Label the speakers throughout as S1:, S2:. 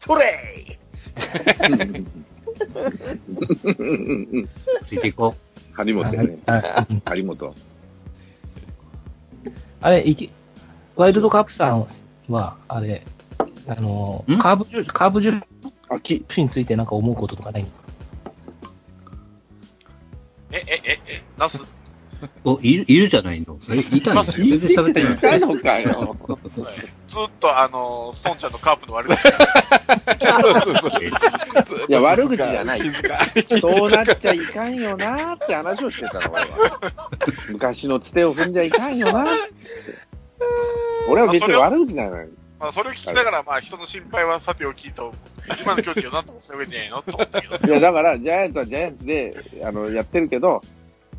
S1: トレイ
S2: ついていこ
S3: 張本やね。
S4: あ
S3: 張本。
S4: あれ、いき、ワイルドカップさんは、あれ、あのー
S2: ん
S4: カーブ重、カーブ重
S3: あ、き、
S4: 視についてなんか思うこととかない
S1: え、え、え、え、ナス、
S2: う。お、いる、いるじゃないの。え、 いたの全然喋って ない。
S3: たのかよ。
S1: ずっとあの、ストンちゃんのカープの悪口。
S3: いや悪口じゃない
S5: 静か。
S3: そうなっちゃいかんよなーって話をしてたの、俺は。昔のつてを踏んじゃいかんよなーって。俺は別に悪口なのよ。
S1: まあ、それを聞きながら、まあ、人の心配はさておきと、今の境地をなんとかした上でねえのと思ったけど。
S3: いや、だから、ジャイアンツはジャイアンツで、あの、やってるけど、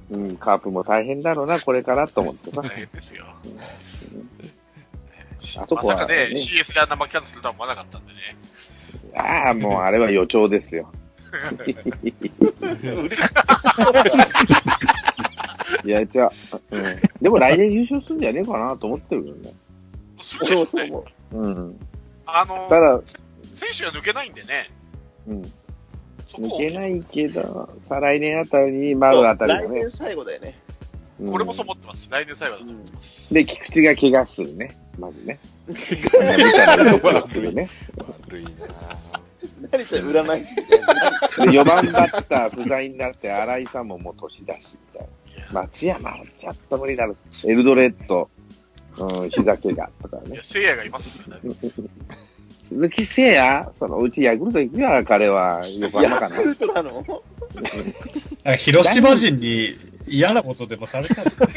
S3: うん、カープも大変だろうな、これからと思ってさ。
S1: 大変で すよ。
S3: あそ
S1: ま
S3: こは
S1: さかね、
S3: ね
S1: CS であんな負け方するとは思わなかったんでね。
S3: ああ、もうあれは予兆です よ。いや、じゃあ、うん。でも来年優勝するんじゃねえかなと思ってるよね。
S1: するでしょうね
S3: うん。
S1: あの、
S3: ただ、
S1: 選手が抜けないんでね、
S3: うん。
S1: そこを
S3: 抜けないけど、さあ来年あたりに舞うあたりだ
S5: 来
S3: ね
S5: 年。最後だよね。
S3: うん
S1: 俺もそう思ってます。来年最後だと思ってます。
S3: で、菊池が怪我するね。まず ね。みたいなことをするね。
S5: 悪いな何それ、占い師みたいな。
S3: で、4番バッター不在になって、新井さんももう年だし、みたいな。松山はちょっと無理だろ。エルドレッド、うん、膝怪我とか
S1: い
S3: ね
S1: や、。聖夜がいますから、ね、
S3: 鈴木誠也、そのうちヤクルト行くから、彼は。横浜か
S5: ヤ
S3: な
S5: ク。ルトなの
S6: なんか広島人に嫌なことでもされたんです か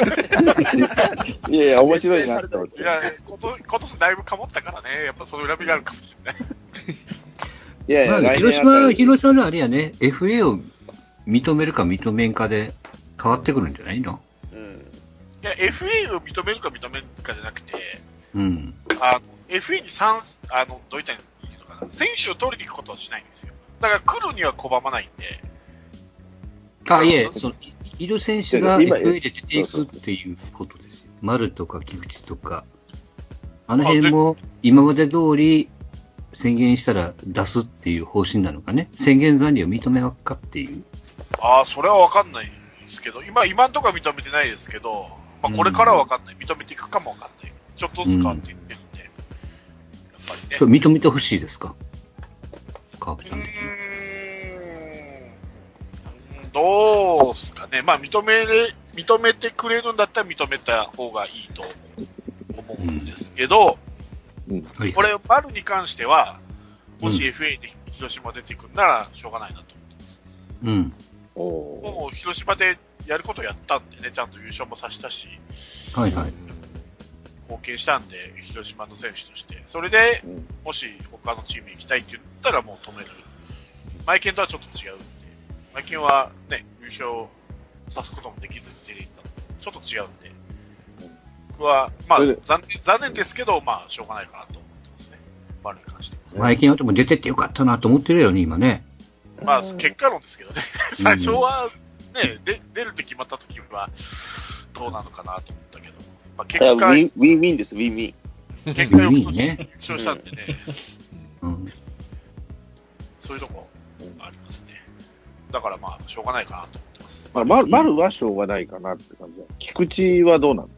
S3: いやいや、面白いなって思っ
S1: い
S3: て。
S1: や、こと今年だいぶかもったからね、やっぱその恨みがあるかもしれない。
S3: いやい
S2: ま
S3: や、
S2: あ、
S3: 来年
S2: 広
S3: あた
S2: 島、
S3: り
S2: 広島のあれやね、FA を認めるか認めんかで変わってくるんじゃないの
S5: うん。
S1: いや、FA を認めるか認めるかじゃなくて、
S2: うん。
S1: あの FA に参す、あの、どういったらいいのかな、選手を取りに行くことはしないんですよ。だから来るには拒まないんで、
S2: あ、いえ、その、いいる選手が
S3: 今
S2: FA で出ていくっていうことですよ。丸とか菊池とか。あの辺も今まで通り宣言したら出すっていう方針なのかね。宣言残留を認めはっかっていう。
S1: ああ、それは分かんないですけど、今、今んとこは認めてないですけど、まあ、これからは分かんない、認めていくかも分かんない、ちょっとずつ変わっていってるんで、やっぱりね
S2: そ。れ認めてほしいですかカープ
S1: う
S2: ちゃん的に。
S1: ーんうんどうすかね、まあ認めれ認めてくれるんだったら認めた方がいいと思うんですけど、
S2: はい
S1: これ、丸に関しては、もし
S2: う
S1: FA で広島出てくるならしょうがないなと思ってます。
S2: うん。
S3: お
S1: もう広島でやることやったんでね、ちゃんと優勝もさせたし、
S2: はいはい。
S1: 貢献したんで、広島の選手として、それで
S3: うん
S1: もし他のチームに行きたいって言ったら、もう止める、マイケンとはちょっと違うんで、マイケンは、ね、優勝さすこともできずに出ていったのちょっと違うんで、僕は、まあ、
S3: それで
S1: 残念残念ですけど、まあ、しょうがないかなと思ってますね、丸に関しては。
S2: マイケン・アトも出てってよかったなと思ってるよね、今ね。
S1: まあ、結果論ですけどね、
S2: うん
S1: 最初は、ね、で出るって決まった時は、どうなのかなと思ったけど、まあ、
S5: いやウ
S1: 結果、
S5: ィンウィンウィンです、ウィンウィン。
S1: 結果よくと
S2: いい
S1: 優
S2: ね
S1: 勝したんでね。
S2: うん。
S1: そういうとこありますね。だからまあ、しょうがないかなと思ってます。
S3: まあ、丸丸はしょうがないかなって感じだ。菊池はどうなの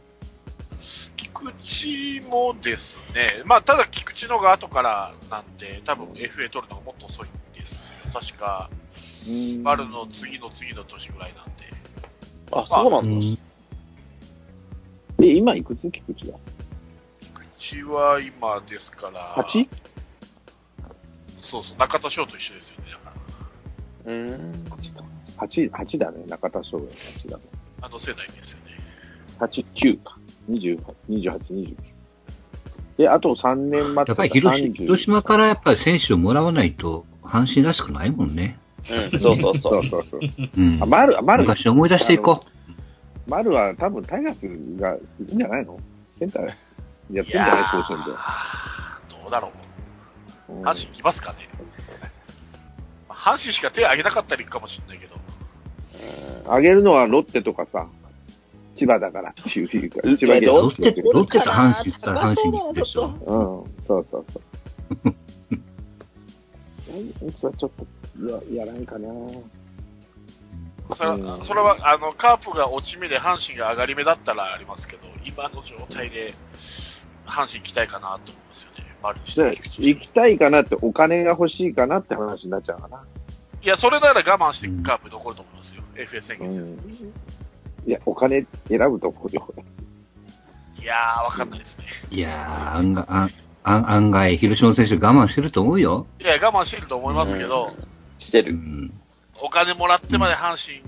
S1: 菊池もですね、まあ、ただ菊池のが後からなんで、多分 FA 取るのがもっと遅いんですよ。確か、丸の次の次の年ぐらいなんで。
S5: あ、そうな
S2: うん
S5: だ。
S2: ん
S3: え、今いくつ菊池は。
S1: 菊池は今ですから、
S3: 8?
S1: そうそう、中田翔と一緒ですよね。だから、
S5: うん。
S3: 八八だね。中田翔が八だね。
S1: あの世代ですよね。
S3: 八九か。二十八、二十八、二十九。え、あと三年待
S2: や
S3: っ
S2: っぱり
S3: てたら
S2: 広島
S3: 30
S2: 広島からやっぱり選手をもらわないと、阪神らしくないもんね。
S5: うん、そうそうそ
S3: そ うう。そうそう。
S2: うん
S3: あ、。丸、あ丸、
S2: 昔思い出していこ
S3: 丸は多分タイガースがいいんじゃないのセンターやってんじゃない甲子園で。
S1: どうだろう。
S3: うん
S1: 阪神来ますかね。まあ阪神しか手を挙げなかったりかもしれないけど。
S3: あげるのはロッテとかさ、千葉だからっていう理由から。
S5: うん
S3: 千葉
S2: う。
S5: ど
S2: ロッテ、ロッテと阪神
S5: ど
S2: さ、阪神に行くでし
S5: ちょ
S2: ょ
S5: っ。
S3: うん、そうそうそう。イエンツはちょっと、ややらんかな。
S1: それ
S3: うん
S1: それはあのカープが落ち目で阪神が上がり目だったらありますけど、今の状態で阪神行きたいかなと思いますよね、丸にしても
S3: で
S1: 菊池にして
S3: 行
S1: も
S3: きたいかなって、お金が欲しいかなって話になっちゃうかな。
S1: いや、それなら我慢してカープ残ると思いますよ、FA 宣
S3: う
S1: 言
S3: ん
S1: せず。
S3: いや、お金選ぶとこよ。
S1: いやー、わかんないですね。
S2: いやー、案外、あんあん案外、広島の選手我慢してると思うよ。
S1: いや、我慢してると思いますけど、
S5: して
S2: う
S5: る。
S2: ん。
S1: お金もらってまで阪神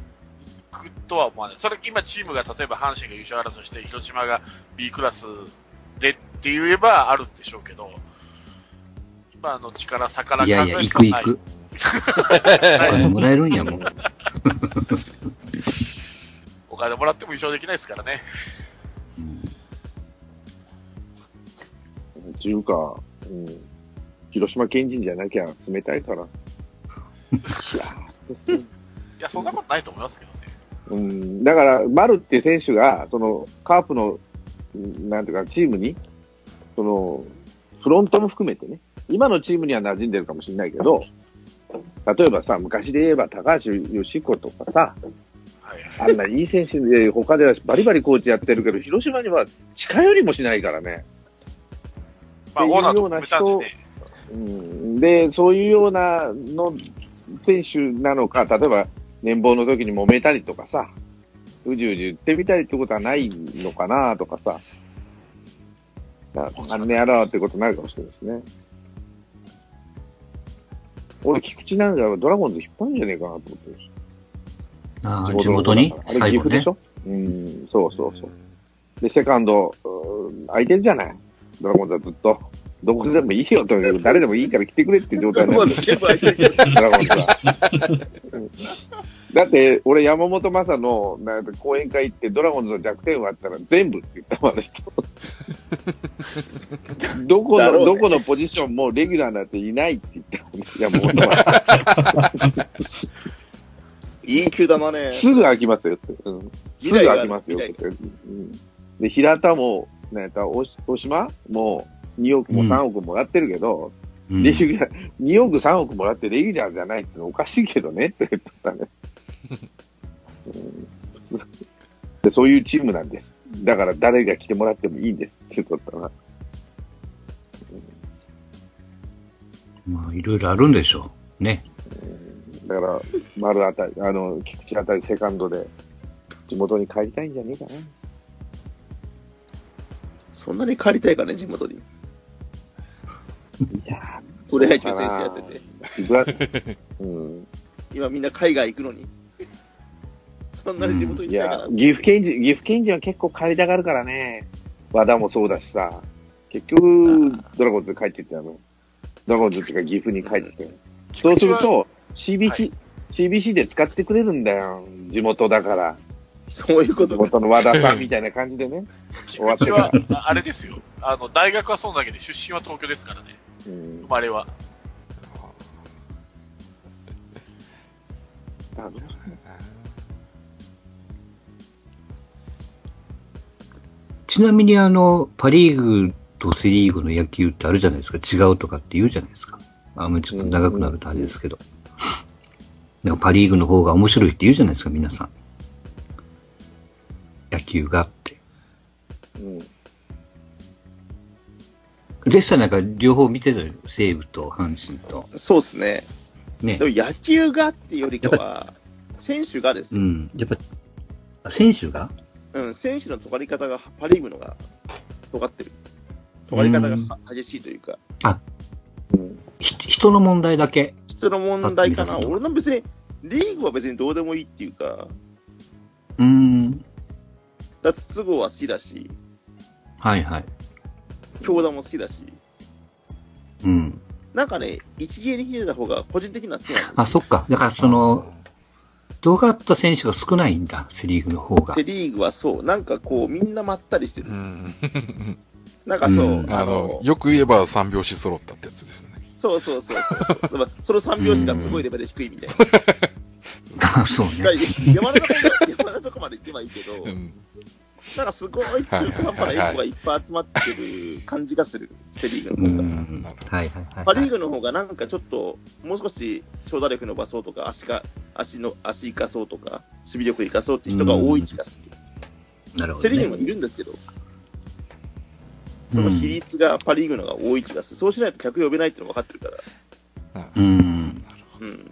S1: 行くとは思わない。それ今チームが例えば阪神が優勝争いして広島が B クラスでって言えばあるんでしょうけど、今の力逆ら
S2: いやいや、行く行く。お
S1: はい
S2: 金もらえるんやもん。
S1: お金もらっても優勝できないですからね。
S2: うん
S3: っていうか、うん、広島県人じゃなきゃ冷たい から。いや
S1: いや、そんなことないと思いますけどね。
S3: うん、だから、丸っていう選手が、その、カープの、うんなんていうか、チームに、その、フロントも含めてね、今のチームには馴染んでるかもしれないけど、例えばさ、昔で言えば高橋義子とかさ、
S1: はい。
S3: あんないい選手で、他ではバリバリコーチやってるけど、広島には近寄りもしないからね。
S1: まあ、
S3: っていう
S1: オーナーと決めたんで
S3: ような
S1: ね。
S3: うんで、そういうようなの選手なのか、例えば年俸の時に揉めたりとかさ、うじうじ言ってみたりってことはないのかなとかさ、あのねやろうってことになるかもしれないですね。俺、菊池なんかドラゴンズ引っ張るんじゃねえかなと思ってる
S2: あー地元に
S3: あれ、
S2: 最
S3: 岐
S2: 後
S3: 阜で
S2: ね
S3: し。ょうん、そうそうそう。で、セカンド、うん空いてるじゃない。ドラゴンズはずっと。どこでもいいよ、とにかく誰でもいいから来てくれっていう状態にな
S5: も
S3: っ
S5: う
S3: て
S5: 全部開いてる。
S3: るドラゴンズは。うんだって、俺、山本昌のなんか講演会行って、ドラゴンズの弱点はあったら全部って言ったもん、あの 人。どこ
S5: だ
S3: の、
S5: ろうね
S3: どこのポジションもレギュラーなんていないって言ったもん、山本昌。
S5: いい球だね。
S3: すぐ飽きますよって。うんすぐ
S5: 未来が
S3: 開
S5: あ
S3: き
S5: る
S3: ますよ。
S5: 未来
S3: うんで、平田も、なんやったおしお島もう2億も3億もらってるけど、
S2: うん
S3: レギュラー、2億3億もらってレギュラーじゃないってのおかしいけどねって言ってたね。うんでそういうチームなんです。だから誰が来てもらってもいいんですって言っとったな。
S2: まあ、いろいろあるんでしょう。ね。
S3: だから、丸あたり、あの、菊池あたりセカンドで、地元に帰りたいんじゃねえかな。
S5: そんなに借りたいかね、地元に。
S3: いや
S5: プロ野球選手やってて。
S3: ー、い くら、うん。
S5: 今みんな海外行くのに。そんなに地元行
S3: い
S5: きたいかな、。
S3: や岐阜県人、岐阜県人は結構帰りたがるからね。和田もそうだしさ。結局、ドラゴンズ帰ってったの。ドラゴンズっていうか岐阜に帰ってったのそうすると、
S1: は
S3: CBC、
S1: い
S3: CBC で使ってくれるんだよ。地元だから。
S5: そういうこ
S3: 地
S5: とか。
S3: 元の和田さんみたいな感じでね。終わっ
S1: 菊
S3: て
S1: 池
S3: か
S1: は
S3: ら。、
S1: ああれですよ。あの、大学はそうだけで、出身は東京ですからね。
S3: うん
S1: 生まれは。
S3: なんだろうね
S2: ちなみに、あの、パリーグとセリーグの野球ってあるじゃないですか。違うとかって言うじゃないですか。あんまりちょっと長くなるとあれですけど。なんかパリーグの方が面白いって言うじゃないですか、皆さん。野球がって。
S3: うん
S2: でしたらなんか両方見てたよ。西武と阪神と。
S5: そうですね。
S2: ね
S5: で。も野球がって いうよりかは、選手がです
S2: う
S5: よ。
S2: ん。やっぱ、あ選手が
S5: うん、選手の尖り方がパ・リーグのが尖ってる。尖り方がは激しいというか、
S2: ひ人の問題だけ。
S5: 人の問題か
S2: あ
S5: な。
S2: 見た
S5: 俺の別に、リーグは別にどうでもいいっていうか、
S2: うーん。
S5: だって都合は好きだし、
S2: はいはい。
S5: 京田も好きだし、
S2: うん。
S5: なんかね、一芸に秀でた方が個人的には好きなんで
S2: あ、
S5: す
S2: そっか。だからその、尖った選手が少ないんだ、セリーグの方が
S5: セ・。リーグはそう、なんかこう、みんなまったりして
S7: う
S5: る。
S7: ん。
S5: なんかそう、
S2: うん
S7: あ
S5: あ
S7: の
S5: の、、
S7: よく言えば三拍子揃ったってやつですよね。
S5: そうそうそうそうそう。 まあその三拍子がすごいレベル低いみたいな。
S2: あそう
S5: しっか
S2: ね。
S5: り、山田とこまで、山田とこまで行けばいいけど、
S7: うん。
S5: なんかすごい中途半端なエコがいっぱい集まってる感じがする、セ・リーグの
S2: う
S5: 方が。
S2: ん。はいはいはい、
S5: パ・リ
S2: は
S5: ー
S2: い。
S5: グの方がなんかちょっと、もう少し長打力伸ばそうとか、足が、足の、足生かそうとか、守備力生かそうって人が多い気がする。
S2: なるほ
S5: セ・
S2: ど、
S5: リーグに
S2: ね
S5: も。いるんですけど、その比率がパ・リーグの方が多い気がする。そうしないと客呼べないっていうの分かってるから、
S2: うん。
S5: うん。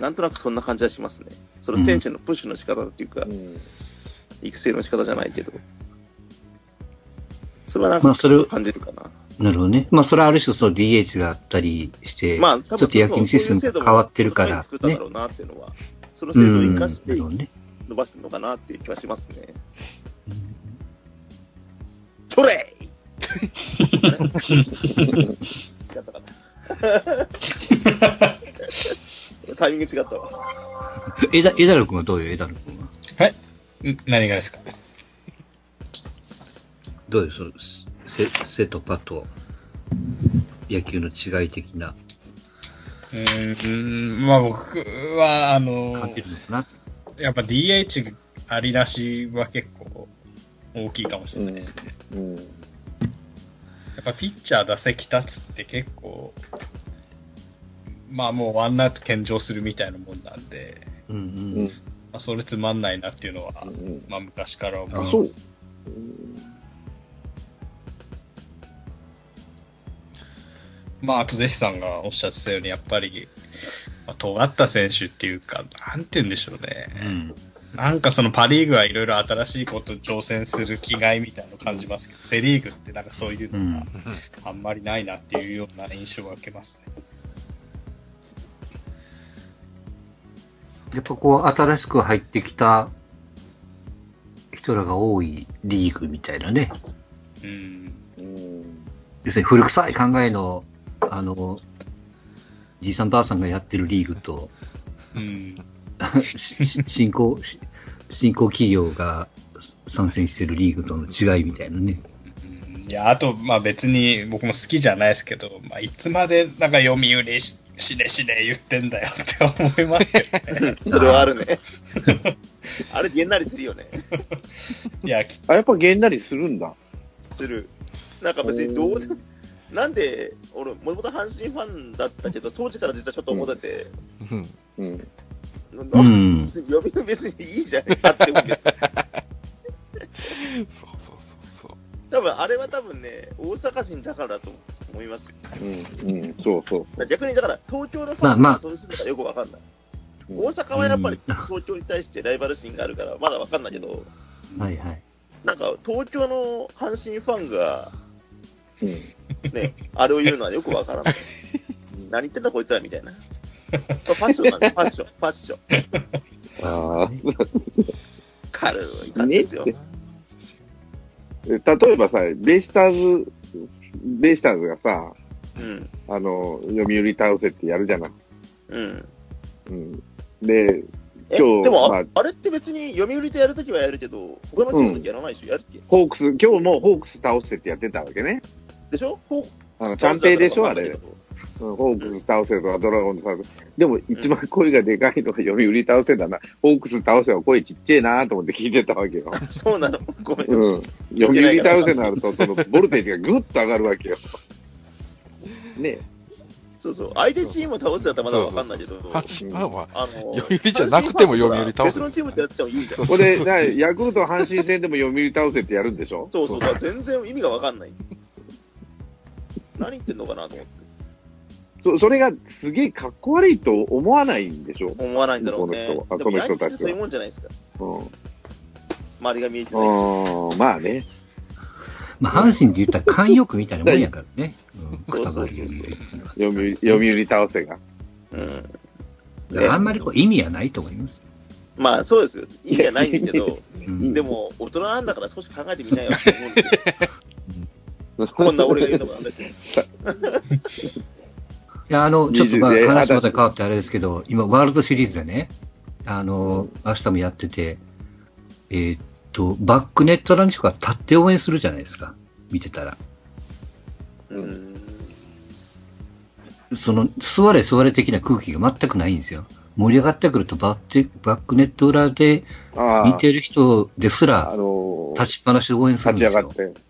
S5: なんとなくそんな感じはしますね。その選手のプッシュの仕方っていうか、
S3: うん
S5: 育成の仕方じゃないけど。それはなん
S2: まあ
S5: か
S2: それを
S5: 感じるかな。
S2: なるほどね。まあ、それはある種、その DH があったりして、
S5: まあ、多分
S2: ちょっと野球システムが変わってるから
S5: そういう制度も作ったんだろうなっていうのは、その
S2: う
S5: 制度を
S2: ん、
S5: 生
S2: な
S5: かして
S2: るほどね。
S5: 伸ばしてるのかなっていう気はしますね。チョレイ 違ったかなタイミング違ったわ。
S2: えだ、えだるくんはどうよ、えだるくんは。
S6: ん何がですか
S2: どうよ、その、せ、せとパと、野球の違い的な、
S6: うーん、まあ僕は、あの、
S2: 関係るのかな。
S6: やっぱ DH ありなしは結構大きいかもしれないですね。
S3: うん
S6: やっぱピッチャー打席立つって結構、まあもうワンアウト献上するみたいなもんなんで、
S2: うんうん。
S3: うん
S6: まあ、それつまんないなっていうのは、
S3: うん
S6: まあ昔から思い
S3: あ
S6: ま
S3: そう
S6: す。まああとゼシさんがおっしゃってたように、やっぱり、まあ、尖った選手っていうか、なんて言うんでしょうね。
S2: うん
S6: なんかそのパ・リーグはいろいろ新しいことに挑戦する気概みたいなのを感じますけど、セ・リーグってなんかそういう
S2: う
S6: の
S2: ん
S6: があんまりないなっていうような印象を受けますね。
S2: やっぱこう、新しく入ってきた人らが多いリーグみたいなね。
S6: うん。
S3: うん
S2: 要するに古臭い考えの、あの、じいさんばあさんがやってるリーグと、
S6: うん。
S2: しし 新興、し新興企業が参戦してるリーグとの違いみたいなね。
S6: うんいや、あと、まあ別に僕も好きじゃないですけど、まあいつまでなんか読売ししねしね言ってんだよって思いますけど、
S5: それはあるね。あれ、げんなりするよね。
S6: いや、き
S3: あ、やっぱげんなりするんだ。
S5: する。なんか別にどうで、なんで、俺、もともと阪神ファンだったけど、当時から実はちょっと思ってて、
S7: うん
S3: うん。
S5: なんだ
S2: うん。
S5: 別に読みは別にいいじゃんかって思うけど
S7: そうそうそうそう。
S5: 多分あれは多分ね、大阪人だからだと思いますよ。
S3: うん。うん。そうそう。
S5: 逆にだから、東京のフ
S2: ま
S5: ァ
S2: あ
S5: ン
S2: ま
S5: が
S2: あ
S5: そうするのがよくわかんない。
S3: うん
S5: 大阪はやっぱり
S2: うん
S5: 東京に対してライバル心があるから、まだわかんないけど、
S2: はいはい。
S5: なんか東京の阪神ファンが、
S3: うん。
S5: ね、あれを言うのはよくわからない。何言ってんだこいつらみたいな。ファッションなんだよ、ファッション、ファッション。
S3: ああ。
S5: 軽い感じですよ。
S3: 例えばさ、ベイスターズ、ベイスターズがさ、
S5: うん、
S3: あの、読売倒せってやるじゃない。
S5: うん。
S3: うん。で、
S5: え、
S3: 今日
S5: でもあ、
S3: まあ
S5: あれって別に読売とやるときはやるけど、他のチームの時やらないでしょ、やるっけ
S3: ホークス、今日もホークス倒せってやってたわけね。
S5: でしょほう
S3: あの、暫定でしょ、あれ。
S5: うん
S3: うんホークス倒せとかドラゴンズ倒せ。でも一番声がでかいのが読売倒せだな。ホークス倒せは声ちっちゃいなと思って聞いてたわけよ。
S5: そうなの ごめん。
S3: うん。読
S5: てない
S3: 売
S5: から
S3: 倒せになると、その、ボルテージがぐっと上がるわけよ。ね
S5: そうそう。相手チームを倒すだったらまだわかんないけど。
S7: 阪神ファンは、
S5: あの、
S7: 読売じゃなくても読売倒せ
S5: 別のチームってやっててもいいじゃん。
S3: これ、なヤクルト阪神戦でも読売倒せってやるんでしょ
S5: そうそう。だから全然意味がわかんない。何言ってんのかなと思って。
S3: そそれがすげえかっこ悪いと思わないんでしょ
S5: 思わないんだろうね。
S3: この人はあ
S5: でも
S3: この人
S5: 野球
S3: たちは
S5: ってそういうもんじゃないですか。
S3: うん。
S5: 周りが見えてない。
S3: あーまあね。
S2: まあ、阪神で言ったら慣用句みたいなもんやからね。うん、
S5: そうそうそうそう
S2: くたば
S3: 読売、読売倒せが。
S5: うん。
S2: りであんまりこう意味はないと思います。
S5: まあそうですよ。意味はないんですけど、
S2: うん、
S5: でも大人なんだから少し考えてみなよって思うんですよ。こんな俺が言うのもなんですよ。
S2: いや、あの、ちょっとまあ
S3: 20で
S2: 話また変わってあれですけど、今、ワールドシリーズでね、あの、明日もやってて、えーっと、バックネットランチが立って応援するじゃないですか、見てたら。
S5: うん。
S2: その、座れ座れ的な空気が全くないんですよ。盛り上がってくるとバッチバックネット裏で
S3: あ
S2: 見てる人です
S3: あ、あ
S2: ら
S3: のー
S2: 立ちっぱなしで応援するん
S3: 立ち
S2: で
S3: 上
S2: すよ。
S3: がって。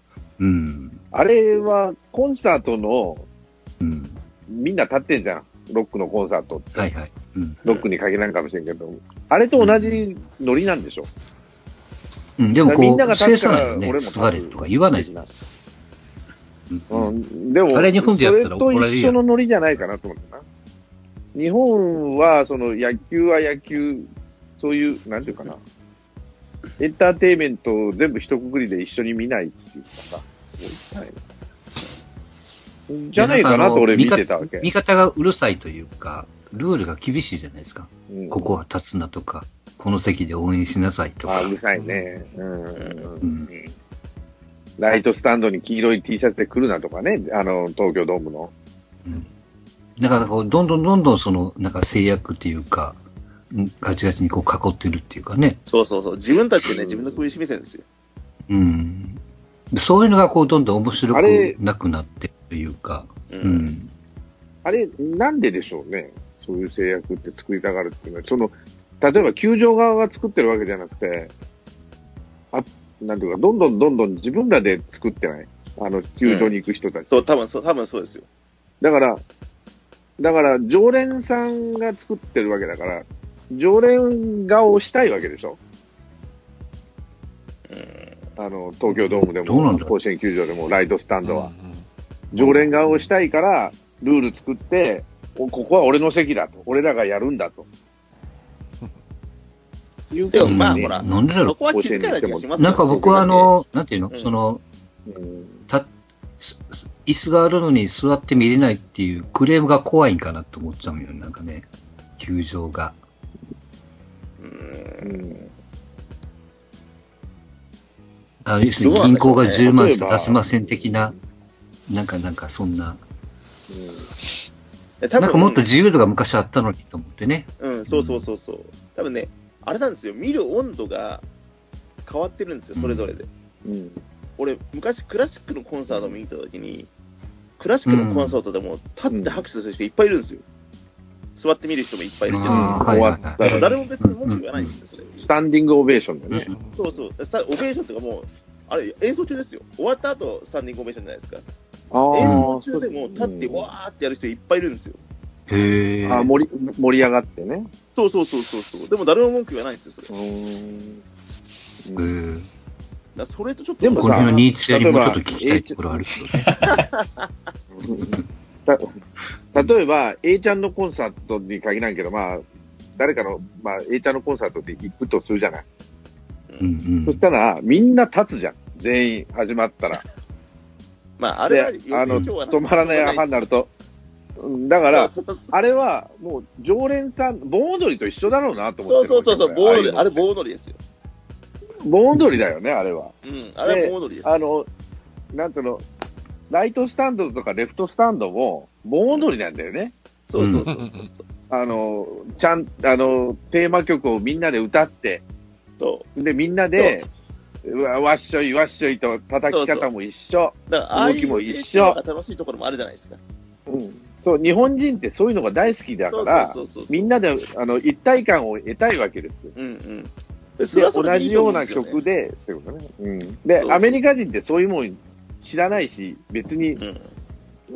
S2: うん。
S3: あれはコンサートの、
S2: うん。
S3: みんな立ってんじゃん。ロックのコンサートって。
S2: はいはい。うん。
S3: ロックに限らんかもしれんけど。あれと同じノリなんでしょ。
S2: うん、でも
S3: み
S2: こ
S3: んなが
S2: う、
S3: 立
S2: 清
S3: つか
S2: さ
S3: ら
S2: ないよ
S3: 俺
S2: ね、
S3: も
S2: スバレとか言わないじゃないですか。うん
S3: うん。でも、
S2: あれ日本でやったら怒られるや
S3: それ
S2: ん
S3: と一緒のノリじゃないかなと思ったな。日本は、その野球は野球、そういう、なんていうかな。エンターテインメントを全部一括りで一緒に見ないっていうかさ。もう一体じゃないかなと俺見てたわけ。
S2: 見方がうるさいというか、ルールが厳しいじゃないですか。
S3: うん
S2: ここは立つなとか、この席で応援しなさいと
S3: あ
S2: か
S3: う。るさいね。うん。
S2: うん
S3: ライトスタンドに黄色い T シャツで来るなとかね、あの、東京ドームの。
S2: だからこう、どんどんどんどんその、なんか制約っていうか、うんガチガチにこう囲ってるっていうかね。
S5: そうそうそう。自分たちで
S3: う
S5: ね、
S3: ん
S5: 自分の首絞めてるんですよ。
S2: うん。でそういうのがこう、どんどん面白
S3: あれ
S2: くなくなってるというか、
S5: う。
S2: うんん。
S3: あれ、なんででしょうね。そういう制約って作りたがるっていうのは、その、例えば球場側が作ってるわけじゃなくて、あ、なんていうか、どんどんどんどん自分らで作ってない。あの、球場に行く人たち。
S5: そう、多分そう、多分そうですよ。
S3: だから、だから、常連さんが作ってるわけだから、常連が押したいわけでしょあの、東京ドームで
S2: どうなん
S3: も、
S2: だろう
S3: 甲子園球場でも、ライトスタンドは。
S7: うんうん
S3: 常連が押したいから、ルール作って、おここは俺の席だと。俺らがやるんだと。いう
S5: で
S3: こ
S5: も
S3: と
S5: まあ
S2: うん
S5: ほら
S2: なんでだ
S5: そ
S2: ろ
S5: こは気づかない気がします
S2: う。なんか僕はあ、の、なんていうの、
S5: うん
S2: その、
S3: うん
S2: すす椅子があるのに座って見れないっていうクレームが怖いんかなと思っちゃうよね、なんかね、球場が。
S5: うん
S3: うん
S2: あ要するに銀行が10万しか出せません的な、なんかなんかそんな、
S5: 多
S2: なんかもっと
S5: 分、
S2: 自由度が昔あったのにと思ってね。
S5: うん、そうそうそうそう。多分ね、あれなんですよ。見る温度が変わってるんですよ、それぞれで。
S3: うんうん
S5: 俺、昔クラシックのコンサートを見に行った時に、クラシックのコンサートでも立って拍手する人いっぱいいるんですよ。座って見る人もいっぱいいるけど、
S2: ああ、はいはいはい。
S3: だから
S5: 誰も別に文句言わないんですよ、それ。
S3: スタンディングオベーションだよね。
S5: そうそう、スタオベーションとかもう、あれ、演奏中ですよ、終わった後スタンディングオベーションじゃないですか、
S3: あ
S5: 演
S3: ー
S5: 奏中でも立って、
S3: うん
S5: わーってやる人いっぱいいるんですよ、
S2: へえ。
S3: あー盛り盛り上がってね。
S5: そうそうそうそうそう、でも誰も文句言わないんですよ、それ、
S3: う
S5: だか
S3: ん
S2: へー
S5: らそれとちょっと、
S3: でも
S2: これ
S3: さ
S2: のニーチェよりもちょっと聞きたいところあるけどね。
S3: た 例えば、A ちゃんのコンサートに限らんけど、まあ、誰かの、まあ、A ちゃんのコンサートで行くとするじゃない。
S2: うんう
S3: そ
S2: ん
S3: し。たら、みんな立つじゃん。全員始まったら。
S5: まあ、あれ
S3: で、
S5: は
S3: あの、止まらない派にな
S5: る
S3: ると。うんだから、
S5: そうそう
S3: あれはもう常連さん、盆踊りと一緒だろうなと思って
S5: そうそうそう、盆
S3: 盆踊
S5: 踊
S3: り。
S5: り、あれ、盆踊りですよ、
S3: 盆踊りだよね、あれは。
S5: うん、あれは盆踊りです、
S3: あの、なんていうの、ライトスタンドとかレフトスタンドも盆踊りなんだよね。
S5: そうそうそうそうそう、
S3: あの、ちゃん、あの、テーマ曲をみんなで歌って、
S5: そ
S3: で、みんなで、うわわっしょい、わっしょいと叩き方も一緒。
S5: うだから、ああい
S3: 動き
S5: う
S3: も
S5: の
S3: 一緒
S5: が楽しいところもあるじゃないですか、
S3: うんそう、日本人ってそういうのが大好きだから、
S5: そうそうそうそう
S3: みんなで、あの、一体感を得たいわけですよ。
S5: うんうん、でそ
S3: で
S5: れはそれ
S3: 同
S5: でい
S3: じ
S5: いと
S3: よ
S5: 思
S3: う
S5: で
S3: んな
S5: すよね
S3: 曲で、ってことね。うん。で
S5: そうそう
S3: アメリカ人ってそういうもん知らないし、別に、
S5: うん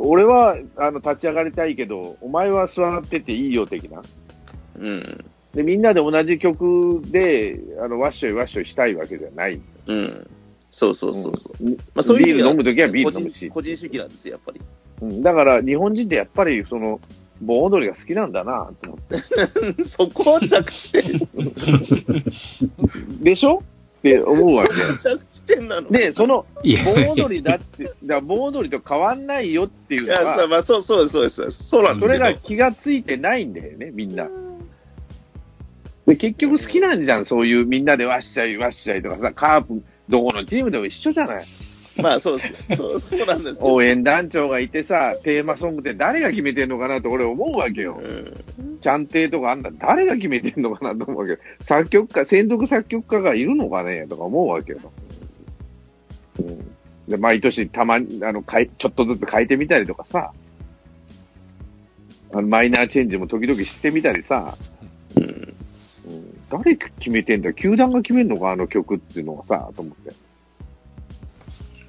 S3: 俺は、あの、立ち上がりたいけど、お前は座ってていいよ、的な。
S5: うん
S3: で、みんなで同じ曲で、あの、わっしょいわっしょいしたいわけじゃない。
S5: うん、そうそうそうそう。
S3: うん
S5: まあ、そういう意
S3: ビ
S5: 味
S3: ー
S5: で
S3: ル
S5: は
S3: 飲むときはビー
S5: 個
S3: ル飲む
S5: 人
S3: し。
S5: 個人主義なんですよ、やっぱり。
S3: うんだから、日本人ってやっぱり、その、盆踊りが好きなんだな、と思って。
S5: そこは着 地点、
S3: でしょって思うわけ。
S5: 着地点なの。
S3: で、その、
S2: いや、
S3: 盆踊りだって、だから盆踊りと変わんないよってい
S5: いう
S3: の
S5: や、さ
S3: は、
S5: まあ、そうそうですそうです。そうなんで
S3: そ
S5: す
S3: れ
S5: よ。
S3: が気がついてないんだよね、みんな。で、結局好きなんじゃん、そういうみんなでわっしゃいわっしゃいとかさ、カープ、どこのチームでも一緒じゃない。
S5: まあ、そうです。そうそうなんですけど
S3: 応援団長がいてさ、テーマソングって誰が決めてんのかなと俺思うわけよ
S5: う。ん
S3: ちゃんていとかあんな誰が決めてんのかなと思うわけど、作曲家、専属作曲家がいるのかねとか思うわけよ。うん、で毎年たまにあの変え、ちょっとずつ変えてみたりとかさ、あのマイナーチェンジも時々してみたりさ、誰決めてんだ球団が決めるのか、あの曲っていうのがさ、と思って。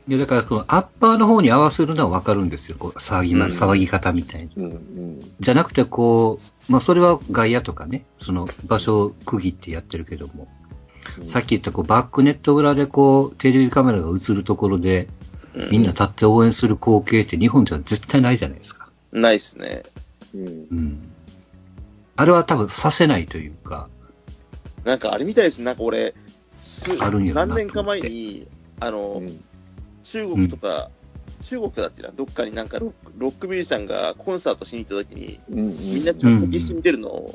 S2: いや、だから、このアッパーの方に合わせるのはわかるんですよ。こう騒ぎま、
S3: うん
S2: 騒ぎ方みたいな。
S3: うんうん。
S2: じゃなくて、こう、まあ、それは外野とかね、その場所を区切ってやってるけども、
S3: うん
S2: さっき言ったこうバックネット裏でこう、テレビカメラが映るところで、
S5: うん
S2: みんな立って応援する光景って日本では絶対ないじゃないですか。
S5: ないっすね。
S3: うん。
S2: うん。あれは多分させないというか、
S5: なんかあれみたいです。なんか俺、す
S2: あるんやろな
S5: 何年か前に、あの、
S3: うん
S5: 中国とか、中国だってな、どっかになんかロックロックミュージシャンがコンサートしに行った時に、
S3: うんうん
S5: みんなちょっと先して見てるの、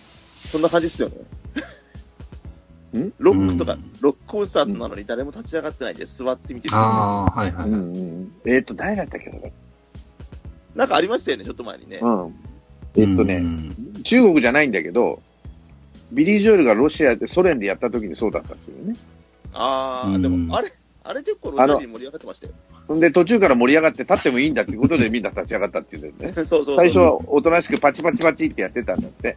S5: そんな感じですよ ね。
S3: ん
S5: ロックとか、
S2: うん
S5: ロックコンサートなのに誰も立ち上がってないで座って見てる。な
S2: ああ、はいは
S3: う
S2: い。
S3: んうんえっ、と、誰だったっけ、それ
S5: んかありましたよね、ちょっと前にね。
S3: うん。えっ、とね、
S2: うん
S3: 中国じゃないんだけど、ビリー・ジョエルがロシアでソ連でやった時にそうだったんですよね。
S5: ああ、
S2: うん
S5: でもあれ、あれ結構ロシア人盛り上がってましたよ。
S3: ほんで、途中から盛り上がって立ってもいいんだってことでみんな立ち上がったっていうんだよね。
S5: そうそうそう。
S3: 最初はおとなしくパチパチパチってやってたんだって。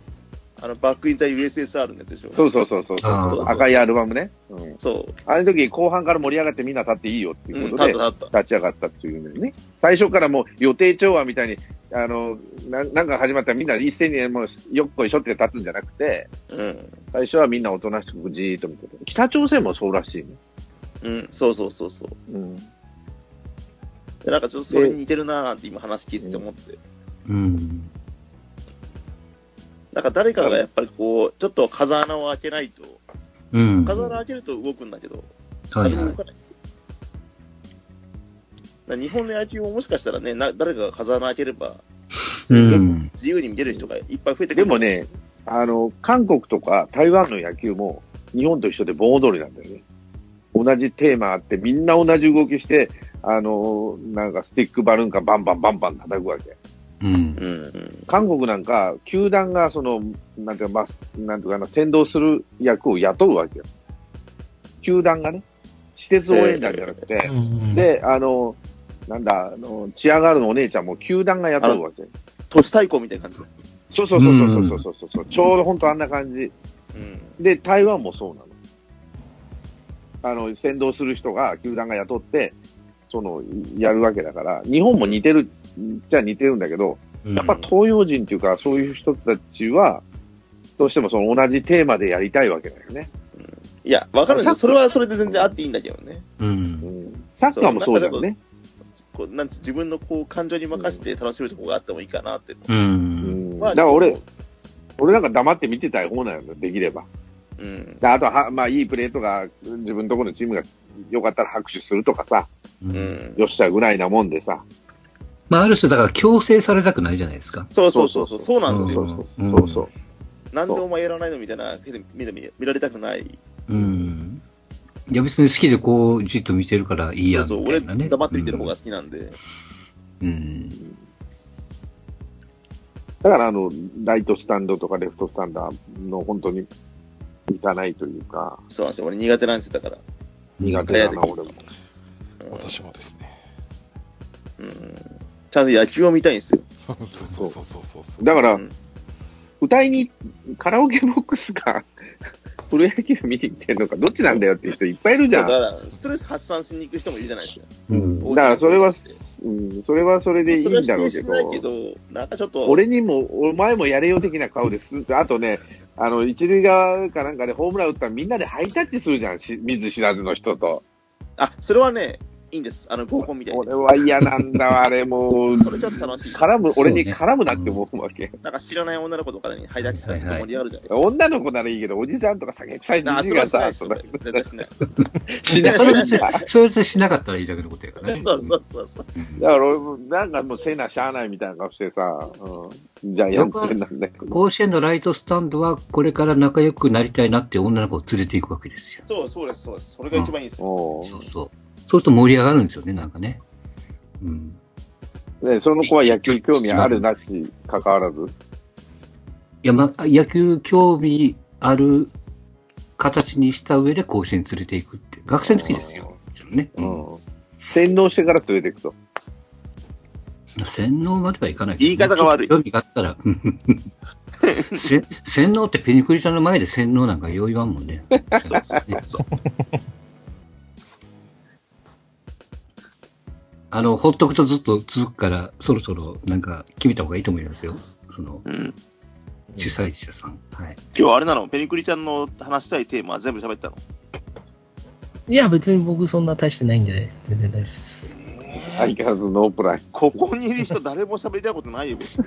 S5: あの、バックインザ USSR のやつでしょ。
S3: そうそうそうそう。
S2: あ
S5: ー
S3: 赤いアルバムね。うん。
S5: そう。
S3: あの時、後半から盛り上がってみんな立っていいよって
S5: う
S3: い
S5: ん、
S3: うこ
S5: 立
S3: と
S5: っ
S3: で、
S5: た立っ
S3: 立ち上がったっていうのにね。最初からもう予定調和みたいに、あの、ななんか始まったらみんな一斉にもうよっこいしょって立つんじゃなくて、
S5: た。うん。
S3: 最初はみんなおとなしくじーっと見てて。北朝鮮もそうらしいね。
S5: うん、そうそうそうそう。
S3: うん。
S5: でなんかちょっとそれに似てるなーって今話聞いてて思って。
S2: うん。
S5: なんか誰かがやっぱりこう、ちょっと風穴を開けないと、
S2: うん。
S5: 風穴開けると動くんだけど、
S2: はい
S5: 誰も
S2: は
S5: 動
S2: い。
S5: かないですよ。だから日本の野球ももしかしたらね、な誰かが風穴開ければ、
S2: うん。
S5: 自由に見れる人がいっぱい増えてく
S3: で
S5: る。
S3: もね、、あの、韓国とか台湾の野球も日本と一緒で盆踊りなんだよね。同じテーマあって、みんな同じ動きして、あの、なんかスティックバルーンかバンバンバンバン叩くわけ。
S2: うん。
S5: うん、うん。
S3: 韓国なんか、球団がその、なんていうか、まあ、なんていうかな、先導する役を雇うわけよ。球団がね、施設応援団じゃなくて、
S4: うん、
S3: で、あの、なんだ、あの、チアガールのお姉ちゃんも球団が雇うわけ。
S5: 都市対抗みたいな感じだ。
S3: そうそうそうそうそうそうそう、うちょうど本当あんな感じ。
S5: うん。
S3: で、台湾もそうなの。あの、先導する人が、球団が雇って、その、やるわけだから、日本も似てる、じゃ似てるんだけど、やっぱ東洋人っていうか、そういう人たちは、どうしてもその同じテーマでやりたいわけだよね。
S5: いや、わかるんですよ。それはそれで全然あっていいんだけどね。
S2: うん
S3: う。ん。サッカーもそうだよね。
S5: こうなんて自分のこう感情に任せて楽しむとこがあってもいいかなって。
S2: う。
S3: うんん。
S5: まあ
S3: だから俺、、俺なんか黙って見てたい方なのよ、できれば。
S5: うん。
S3: であとは、まあ、いいプレーとか、自分のところのチームが良かったら拍手するとかさ、
S2: う。
S5: うんん。
S3: よっしゃぐらいなもんでさ。
S2: まあ、ある種、だから強制されたくないじゃないですか。
S5: そうそうそうそう、そうなんです
S3: そ
S5: よ。
S3: うそう
S2: うん
S3: そうそう。
S5: なんでお前やらないのみたいな、見て見見られたくない。
S2: うん。いや、別に好きでこう、じっと見てるからいいや、
S5: そうそう、
S2: みた
S5: 俺
S2: いなね。
S5: 黙って見てる方が好きなんで。
S2: うん。
S3: だからあの、ライトスタンドとかレフトスタンドの本当に行かないというか、
S5: そうなんですよ、俺苦手なんですよ、だから。
S3: 苦手だな、
S5: うん
S3: 俺も。
S5: うん
S7: 私もですね。
S5: うんちゃんと野球を見たいんですよ。
S7: そうそうそうそうそうそう。
S3: だから、
S5: うん
S3: 歌いに、カラオケボックスか、プロ野球見に行ってるのか、どっちなんだよっていう人いっぱいいるじゃ
S5: だ
S3: ん。
S5: か、
S3: だから
S5: ストレス発散しに行く人もいるじゃないですか。
S2: うん。
S3: らそれは、うん、それはそれでいい
S5: それは
S3: ん
S5: 否
S3: だろ
S5: 定
S3: うけ
S5: し
S3: ど
S5: な、いけど、なんかちょっと、
S3: 俺にも、お前もやれよ的な顔です。あとね、あの、一塁側かなんかでホームラン打ったらみんなでハイタッチするじゃん、し見ず知らずの人と。
S5: あ、それはね、いいんです。あの、合コンみたいな。
S3: 俺は嫌なんだわ、あれもう。
S5: それちょっと楽しい。
S3: 絡む、
S2: そうね
S3: 俺に絡むなって思うわけ。
S5: なんか知らない女の子とかにハイタッチしたらちょっと盛り上がるじゃないですか。
S3: 女の子ならいいけど、おじさんとか酒臭い
S5: なあ、
S3: じ
S5: そ
S3: じい
S5: れは
S3: が
S5: しない
S3: さ、
S5: です。
S3: そ
S5: それは絶
S3: れ
S5: 対しない。
S3: し
S2: いや、それ別 に
S3: だか、
S2: それ別にしなかったらいいだけのこと やからね。
S5: そうそうそうそう。
S2: うん
S3: ら俺も、なんかもうせなしゃあないみたいな顔してさ、うん、じゃあやってんなんだけど。
S2: 甲子園のライトスタンドは、これから仲良くなりたいなって女の子を連れていくわけですよ。
S5: そうそうです、そうです。それが一番いいですよ。
S3: お
S2: そうそう。そうすると盛り上がるんですよね、なんかね。うん。
S3: うね、その子は野球興味あるなし、関わらず。
S2: いや、まあ、野球興味ある形にした上で甲子園連れていくって。学生の時ですよ。もちろんね。
S3: うん。洗脳してから連れていくと。
S2: 洗脳まではいかない
S5: 言い方が悪い
S2: 興味があったら。 せ洗脳ってペニクリちゃんの前で洗脳なんかよう言わんもんね。
S5: そうそうそうそう。
S2: あの、ほっとくとずっと続くから、そろそろなんか決めた方がいいと思いますよ。その、
S5: うん、
S2: 主催者さん。はい。
S5: 今日あれなのペニクリちゃんの話したいテーマ全部喋 ったの
S4: いや、別に僕そんな大してないんでね、全然大丈夫です。
S3: 相変わらずノープラン。
S5: ここにいる人誰も喋りたいことないよ。別に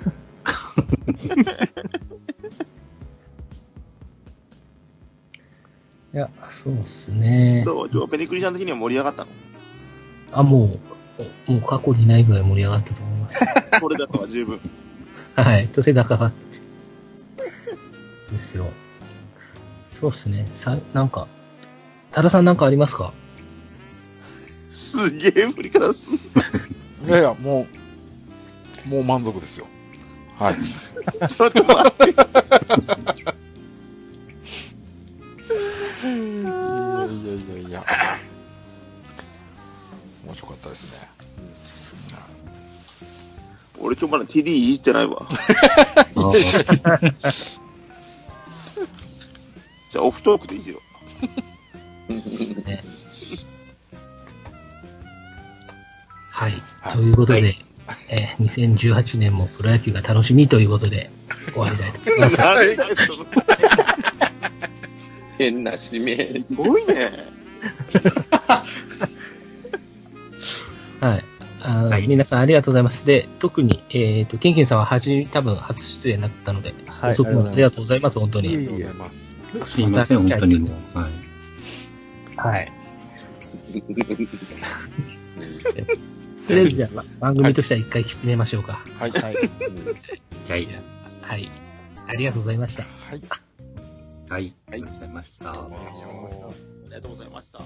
S4: いや、そうっすね。
S5: どう今日ペニクリちゃん的には盛り上がったの
S4: あ、もう、もう過去にないぐらい盛り上がったと思います。
S5: これだとは十 分。
S4: はい、取れ高があって。ですよ。そうっすね。さ、なんか、多田さんなんかありますか
S5: すげえ振り方すん
S7: いやいや、もう、もう満足ですよ。はい。
S5: のちょっと待って。
S7: いやいやいやいや。面白かったですね。
S5: 俺今日まだ TD いじってないわ。
S2: あ
S5: じゃあオフトークでいじろ う。
S4: はい。ということで、えー2018年もプロ野球が楽しみということで、終わりたいと思います。
S5: 誰だよその
S3: 変な指名。
S5: すごいね。
S4: はい。あー
S2: はい
S4: 皆さんありがとうございます。で、特に、えっ、と、ケンケンさんは初め、多分初出演になったので、
S8: はい
S4: 遅くまでありがとうございます、本当
S7: あり
S4: に。
S7: がとうございます。
S2: あすいま せん、本当にもう。はい。
S4: はい。 とりあえずじゃあ、ば番組としては一回締めましょうか。
S7: はい。
S8: はい
S2: いやいや。
S4: はい。ありがとうございました。
S7: はい。
S2: はい。ありがとうございました。
S5: ありがとうございました。